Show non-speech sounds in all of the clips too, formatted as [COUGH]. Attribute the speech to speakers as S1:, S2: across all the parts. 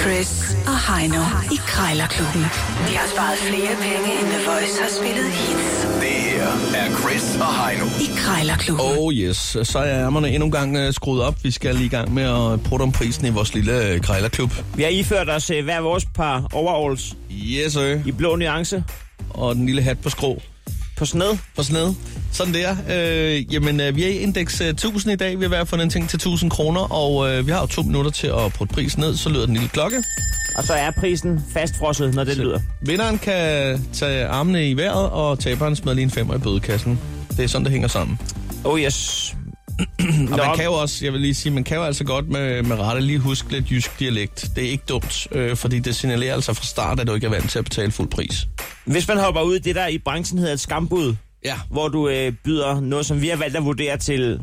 S1: Chris og Heino i Krejlerklubben. De har sparet flere penge, end The Voice har spillet hits
S2: Det her er Chris og Heino.
S1: i Krejlerklubben.
S3: Oh yes, så er ærmerne endnu en gang øh, skruet op. Vi skal lige i gang med at prutte om prisen i vores lille øh, krejlerklub.
S4: Vi har iført os øh, hver vores par overalls
S3: Yes, sir.
S4: i blå nuance
S3: Og den lille hat på skrå.
S4: på sned.
S3: På sned. Sådan der. Øh, jamen, øh, vi er i indeks øh, 1000 i dag. Vi har været fundet en ting til 1000 kroner, og øh, vi har jo to minutter til at prutte prisen ned. Så lyder den lille klokke.
S4: Og så er prisen fastfrosset, når det lyder.
S3: Vinderen kan tage armene i vejret, og taberen smider lige en femmer i bødekassen. Det er sådan, det hænger sammen.
S4: Oh [CLEARS THROAT] yes.
S3: Og
S4: Nå.
S3: man kan jo også, jeg vil lige sige, man kan jo altså godt med, med rette lige huske lidt jysk dialekt. Det er ikke dumt, øh, fordi det signalerer altså fra start, at du ikke er vant til at betale fuld pris.
S4: Hvis man hopper ud i det, der i branchen hedder et skambud,
S3: Ja.
S4: hvor du øh, byder noget, som vi har valgt at vurdere til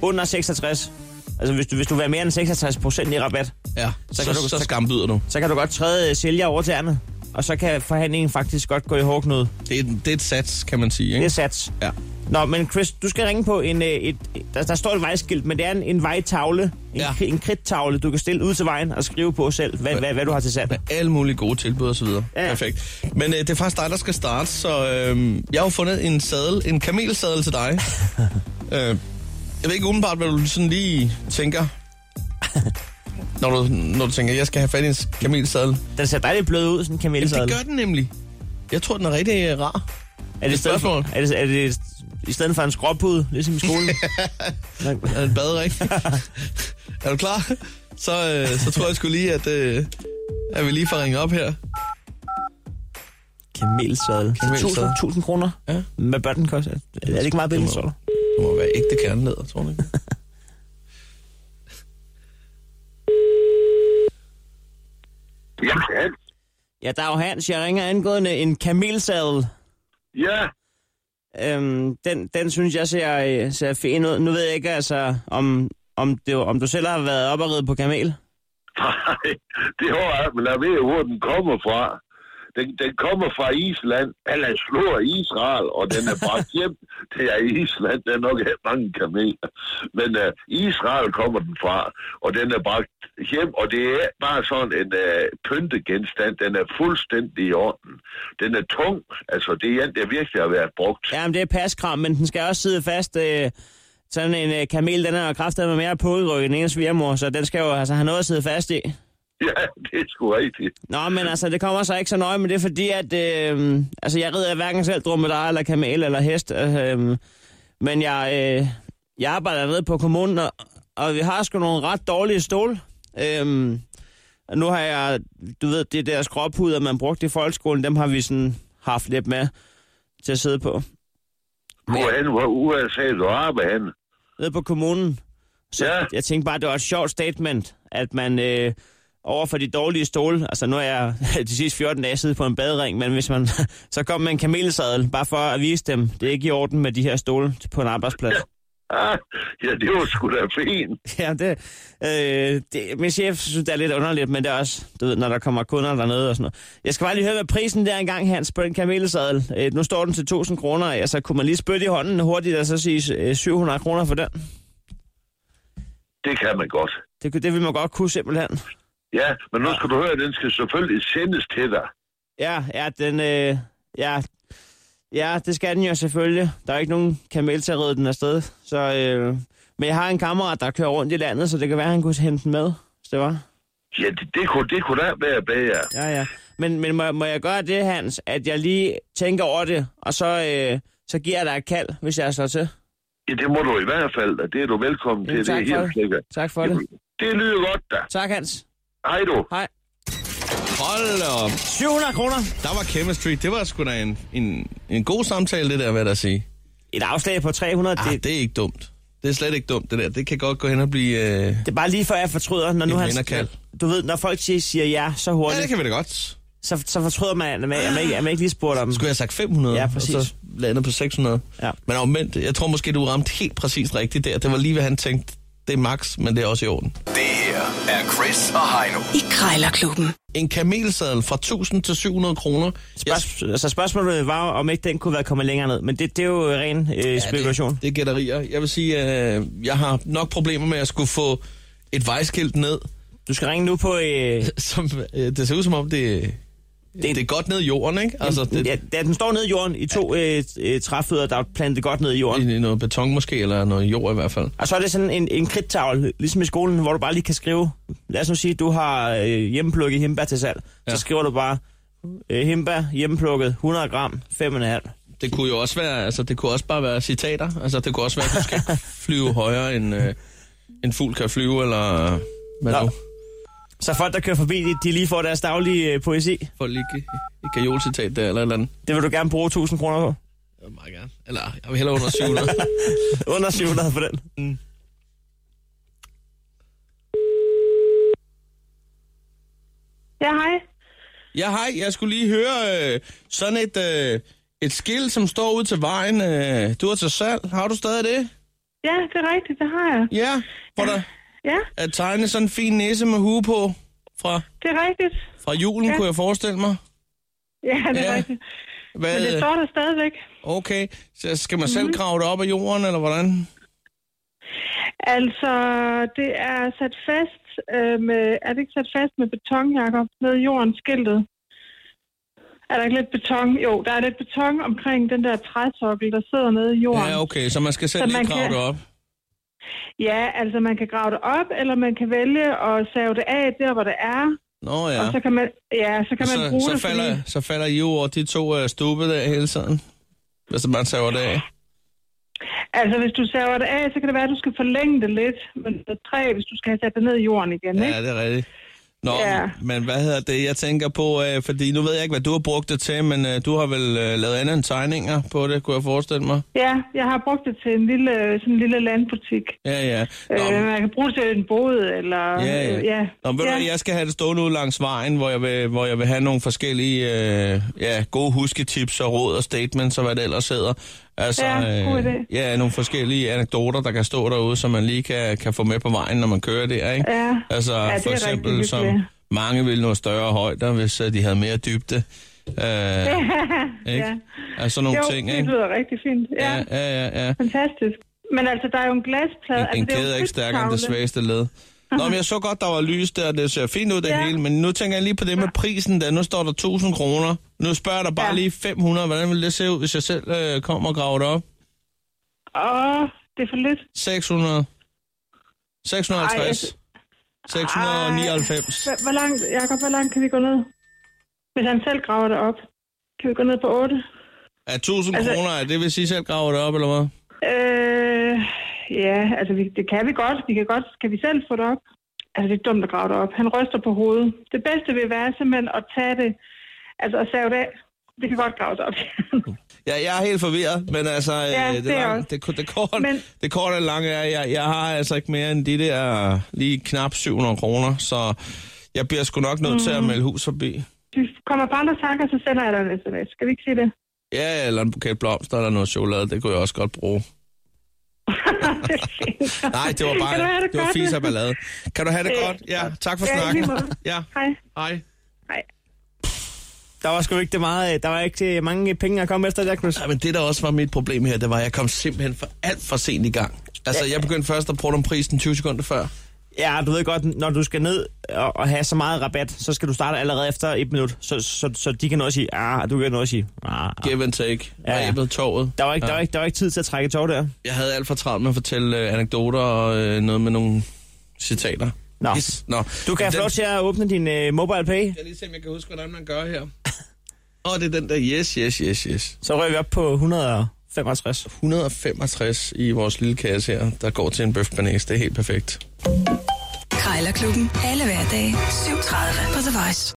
S4: under 66. Altså hvis du, hvis du vil være mere end 66 procent i rabat,
S3: Ja, så,
S4: Så
S3: så,
S4: kan
S3: så,
S4: du-
S3: så
S4: så-
S3: skambyder du.
S4: så kan du godt træde øh, sælger over tæerne, og så kan forhandlingen faktisk godt gå i hårdknud.
S3: Det er, det er et sats, kan man sige,
S4: Det er
S3: ikke?
S4: sats.
S3: Ja.
S4: Nå, men Chris, du skal ringe på en... øh, Et, der, der står et vejskilt, men det er en, en vejtavle. En,
S3: Ja.
S4: ja. en kridtavle, du kan stille ud til vejen og skrive på selv, hvad, hvad, hvad du har til salg.
S3: Med alle mulige gode tilbud og så videre. Ja.
S4: Ja.
S3: Perfekt. Men øh, det er faktisk dig, der skal starte, så øh, jeg har jo fundet en sadel, en kamelsadel til [LAUGHS] dig. øh, jeg ved ikke umiddelbart, hvad du sådan lige [LAUGHS] tænker, når du, når du tænker, jeg skal have fat i en kamelsadel.
S4: Den ser dejligt blød ud, sådan en
S3: Jamen,
S4: kamelsadel.
S3: det gør den nemlig. Jeg tror, den er rigtig øh, rar.
S4: er det,
S3: et
S4: i stedet for,
S3: spørgsmål.
S4: er det, er det i stedet for en skråpude, ligesom i
S3: [LAUGHS]
S4: skolen? Nå,
S3: Er den baderik? [LAUGHS] er du klar? Så, øh, så tror jeg sgu lige, at, øh, at vi lige får ringet op her.
S4: Kamelsadel.
S3: Kamelsadel.
S4: 1000, 1000 kroner?
S3: Ja.
S4: Hvad bør den koste? Er det ikke meget billigt,
S3: Det
S4: tror
S3: må,
S4: du?
S3: det må være ægte kernelæder, tror du ikke?
S5: Ja,
S4: Ja, der er jo Hans. Jeg ringer angående en kamelsadel.
S5: ja,
S4: Øhm, den, den synes jeg ser, øh, ser fin ud. Nu ved jeg ikke, altså, om, om, det, om du selv har været op og ride på kamel.
S5: nej, det har jeg, men jeg ved jo, hvor den kommer fra. Den, den kommer fra Island, eller slår Israel, og den er bragt hjem til Island. Der er nok ikke mange kameler. Men uh, Israel kommer den fra, og den er bragt hjem, og det er bare sådan en uh, pyntegenstand. Den er fuldstændig i orden. Den er tung, altså det er en, der virkelig har været brugt.
S4: Jamen, det er paskram, men den skal også sidde fast. Øh, sådan en øh, kamel, den er kraftet med mere pårykket end en svigermor, så den skal jo altså have noget at sidde fast i.
S5: Ja, det er sgu rigtigt.
S4: Nå, men altså, det kommer så ikke så nøje, men det er fordi, at øh, altså, jeg rider hverken selv dromedar eller kamel eller hest. Øh, men jeg, øh, jeg arbejder nede på kommunen, og, og vi har sgu nogle ret dårlige stål. Øh, og nu har jeg, du ved, det der skråpuder, man brugte i folkeskolen, dem har vi sådan haft lidt med til at sidde på.
S5: Hvorhen, hvor USA du arbejder henne?
S4: nede på kommunen. Så
S5: Ja.
S4: ja. jeg tænkte bare, det var et sjovt statement, at man øh, over for de dårlige stole, altså nu er jeg [LAUGHS] de sidste 14 dage siddet på en badring, men hvis man [LAUGHS] så kom med en kamelsadel, bare for at vise dem, det er ikke i orden med de her stole på en arbejdsplads.
S5: Ah, [LAUGHS] ja, det var sgu da fint.
S4: Ja, det, øh, det, min chef synes, det er lidt underligt, men det er også, du ved, når der kommer kunder dernede og sådan noget. Jeg skal bare lige høre, hvad prisen der engang, Hans, på den kamelsadel. Øh, nu står den til 1000 kroner, altså kunne man lige spytte i hånden hurtigt og så sige øh, 700 kroner for den?
S5: Det kan man godt.
S4: Det, det vil man godt kunne simpelthen.
S5: Ja, men nu skal du høre, at den skal selvfølgelig sendes til dig.
S4: Ja, ja, den, øh, ja, ja, det skal den jo selvfølgelig. Der er ikke nogen kamel til at ride den afsted. Så, øh, men jeg har en kammerat, der kører rundt i landet, så det kan være, at han kunne hente den med, hvis det var.
S5: Ja, det, det, kunne, det kunne da være bedre.
S4: Ja, ja. Men, men må, må jeg gøre det, Hans, at jeg lige tænker over det, og så, øh, så giver jeg dig et kald, hvis jeg slår til.
S5: Ja, det må du i hvert fald, og det er du velkommen
S4: Jamen,
S5: til. Det
S4: tak
S5: er
S4: for
S5: helt
S4: det.
S5: sikkert.
S4: Tak for det.
S5: Det lyder godt, da.
S4: Tak, Hans.
S5: Hej du.
S4: Hej.
S3: Hold da op.
S4: 700 kroner.
S3: Der var chemistry. Det var sgu da en, en, en god samtale, det der, hvad der sige.
S4: Et afslag på 300,
S3: Ah,
S4: det,
S3: det er ikke dumt. Det er slet ikke dumt, det der. Det kan godt gå hen og blive... Øh...
S4: det er bare lige før, jeg fortryder, når nu
S3: Et
S4: han...
S3: vinderkald.
S4: Du ved, når folk siger, siger ja så hurtigt,
S3: Ja,
S4: ja,
S3: det kan vi da godt.
S4: så, så fortryder man, at man, at man, ikke, at man ikke lige spurgte om...
S3: Skulle jeg have sagt 500,
S4: Ja, præcis.
S3: og så landet på 600.
S4: Ja.
S3: Men omvendt, jeg tror måske, du ramte helt præcis rigtigt der. Det var lige, hvad han tænkte. Det er max, men det er også i orden.
S2: Det her er Chris og Heino.
S1: I Krejlerklubben.
S3: En kamelsadel fra 1000 til 700 kroner. Jeg-
S4: Spørg, altså spørgsmålet var, om ikke den kunne være kommet længere ned, men det, det er jo ren øh, spekulation.
S3: Det, det er gætterier. Jeg vil sige, at øh, jeg har nok problemer med at skulle få et vejskilt ned, [LAUGHS]
S4: Du skal ringe nu på... Øh,
S3: Som, øh, det ser ud som om, det, det, det er godt ned i jorden, ikke? Altså, det,
S4: ja, da den står nede i jorden i to øh, øh, træfødder, der er plantet godt ned i jorden.
S3: i, i noget beton måske, eller noget jord i hvert fald.
S4: Og så er det sådan en, en kridtavle, ligesom i skolen, hvor du bare lige kan skrive, lad os nu sige, du har øh, hjemmeplukket himba til salg. Ja.
S3: Ja.
S4: Så skriver du bare, øh, himba hjemmeplukket, 100 gram, 5,5.
S3: Det kunne jo også være, altså det kunne også bare være citater. Altså det kunne også være, at du [LAUGHS] skal flyve højere end øh, en fugl kan flyve, eller øh, hvad
S4: Nå.
S3: nu?
S4: Så folk, der kører forbi, de, de lige får deres daglige øh, poesi.
S3: For lige et- et gajol-citat der, eller et eller andet.
S4: Det vil du gerne bruge 1000 kroner på.
S3: Jeg vil meget gerne. Eller jeg vil hellere under 700.
S4: Under 700 for den.
S6: Ja, hej.
S3: ja, hej. Jeg skulle lige høre øh, sådan et, øh, et skilt, som står ud til vejen. Øh, du er til salg. Har du stadig det?
S6: Ja, det er rigtigt, det har jeg.
S3: Ja. Hvor der
S6: Ja,
S3: er tegnet sådan en fin næse med hue på fra,
S6: det er rigtigt.
S3: fra julen, ja.
S6: Ja.
S3: kunne jeg forestille mig.
S6: Ja, det er
S3: Ja.
S6: ja. rigtigt.
S3: Hvad, øh,
S6: Men det står Mhm. der stadigvæk.
S3: Okay, så skal man selv grave det op af jorden, eller hvordan?
S6: Altså, det er sat fast øh, med... Er det ikke sat fast med beton, Jacob? Nede i jorden, skiltet. Er der ikke lidt beton? Jo, der er lidt beton omkring den der træsokkel, der sidder nede i jorden.
S3: Ja, okay, så man skal selv
S6: Så
S3: lige
S6: man
S3: grave
S6: kan-
S3: det op.
S6: Ja, altså man kan grave det op, eller man kan vælge at save det af der, hvor det er.
S3: Nå ja.
S6: Ja. Og så kan man, ja, så kan man
S3: så,
S6: bruge
S3: så,
S6: det,
S3: falder,
S6: fordi...
S3: så falder I jo over de to uh, stube der hele tiden, hvis man saver det af.
S6: Altså, hvis du saver det af, så kan det være, at du skal forlænge det lidt. Men det er træ, hvis du skal have sat det ned i jorden igen, ja.
S3: Ja,
S6: ikke?
S3: det er rigtigt. Nå,
S6: Ja.
S3: men hvad hedder det, jeg tænker på, øh, fordi nu ved jeg ikke, hvad du har brugt det til, men øh, du har vel øh, lavet andet end tegninger på det, kunne jeg forestille mig.
S6: Ja, jeg har brugt det til en lille, øh, sådan en lille landbutik.
S3: Ja, ja. Nå,
S6: Øh, man kan bruge det til en båd, eller...
S3: Ja,
S6: øh,
S3: ja.
S6: ja.
S3: Nå, ved ja.
S6: ja.
S3: du, hvad, jeg skal have det stående ud langs vejen, hvor jeg vil, hvor jeg vil have nogle forskellige øh, ja, gode husketips og råd og statements og hvad det ellers hedder. Altså,
S6: Ja, god idé.
S3: ja, nogle forskellige anekdoter, der kan stå derude, som man lige kan, kan få med på vejen, når man kører der, ikke?
S6: Ja.
S3: Altså,
S6: det er
S3: for eksempel,
S6: rigtig
S3: som
S6: hyggeligt.
S3: mange ville nå større højder, hvis øh, de havde mere dybde. Øh, ja, ikke?
S6: ja.
S3: Altså, sådan nogle
S6: jo,
S3: ting,
S6: det
S3: ikke?
S6: lyder rigtig fint. Ja, ja.
S3: Ja, ja, ja. ja.
S6: fantastisk. Men altså, der er jo en glasplade...
S3: En,
S6: altså,
S3: en
S6: det jo
S3: kæde er ikke stærkere end det
S6: krydstavle.
S3: svageste led. Nå, men jeg så godt, der var lys der, og det ser fint ud det ja.
S6: Ja.
S3: hele, men nu tænker jeg lige på det med prisen der. Nu står der 1000 kroner. Nu spørger jeg dig bare ja.
S6: Ja.
S3: lige 500. Hvordan vil det se ud, hvis jeg selv øh, kommer og graver det op?
S6: Åh, det er for lidt.
S3: 600.
S6: Ej,
S3: 650.
S6: altså-
S3: 699.
S6: Hvor, hvor langt, Jacob, hvor langt kan vi gå ned? Hvis han selv graver det op, kan vi gå ned på 8?
S3: Er 1000
S6: altså-
S3: kroner, er det vil sige selv graver det op, eller hvad?
S6: Øh, ja, altså vi, det kan vi godt. Vi kan godt. Kan vi selv få det op? Altså det er dumt at grave det op. Han ryster på hovedet. Det bedste vil være simpelthen at tage det, altså at save det af. Det kan godt graves
S3: [LAUGHS]
S6: op.
S3: Ja, jeg er helt forvirret, men altså,
S6: Ja,
S3: ja, det,
S6: det er
S3: lang,
S6: også.
S3: det, ko- det, korte, men...
S6: Men-
S3: det korte og lange er, jeg, jeg har altså ikke mere end de der lige knap 700 kroner, så jeg bliver sgu nok nødt mm. til
S6: Mhm.
S3: at melde hus forbi.
S6: Hvis du kommer på andre tanker, så sender jeg dig en sms. Skal vi ikke sige det? [LAUGHS]
S3: Ja, eller en buket blomster eller noget chokolade, det kunne jeg også godt bruge.
S6: det er fint.
S3: Nej,
S6: [LAUGHS]
S3: det var
S6: Kan du
S3: bare
S6: have
S3: det, det var
S6: godt?
S3: fis og ballade. Kan du have det
S6: Øh,
S3: godt? Ja, tak for
S6: ja, i
S3: snakken.
S6: lige måde.
S3: Ja,
S6: Hej.
S3: hej.
S6: Hej.
S4: Der var sgu ikke det meget, øh, der var ikke øh, mange penge at komme efter der, Chris.
S3: Nej, men det der også var mit problem her, det var, at jeg kom simpelthen for alt for sent i gang. Altså, jeg begyndte først at prøve om prisen 20 sekunder før.
S4: Ja, du ved godt, når du skal ned og, og have så meget rabat, så skal du starte allerede efter et minut, så, så, så de kan også sige, ah, og du kan noget sige, ah. ah."
S3: Give and take.
S4: Ja,
S3: Ja,
S4: ja.
S3: ja. toget.
S4: Der var, ikke, der, var ikke, der var ikke tid til at trække tov der.
S3: Jeg havde alt for travlt med at fortælle øh, anekdoter og øh, noget med nogle citater.
S4: Nå.
S3: Nå.
S4: Du kan
S3: Men
S4: have lov
S3: den-
S4: til at åbne din uh, mobile pay,
S3: Jeg lige se, om jeg kan huske, hvordan man gør her. Og det er den der yes, yes, yes, yes.
S4: så rører vi op på 165.
S3: 165 i vores lille kasse her, der går til en bøf bearnaise. Det er helt perfekt.
S1: Krejlerklubben. Alle hverdage. 7.30 på The Voice.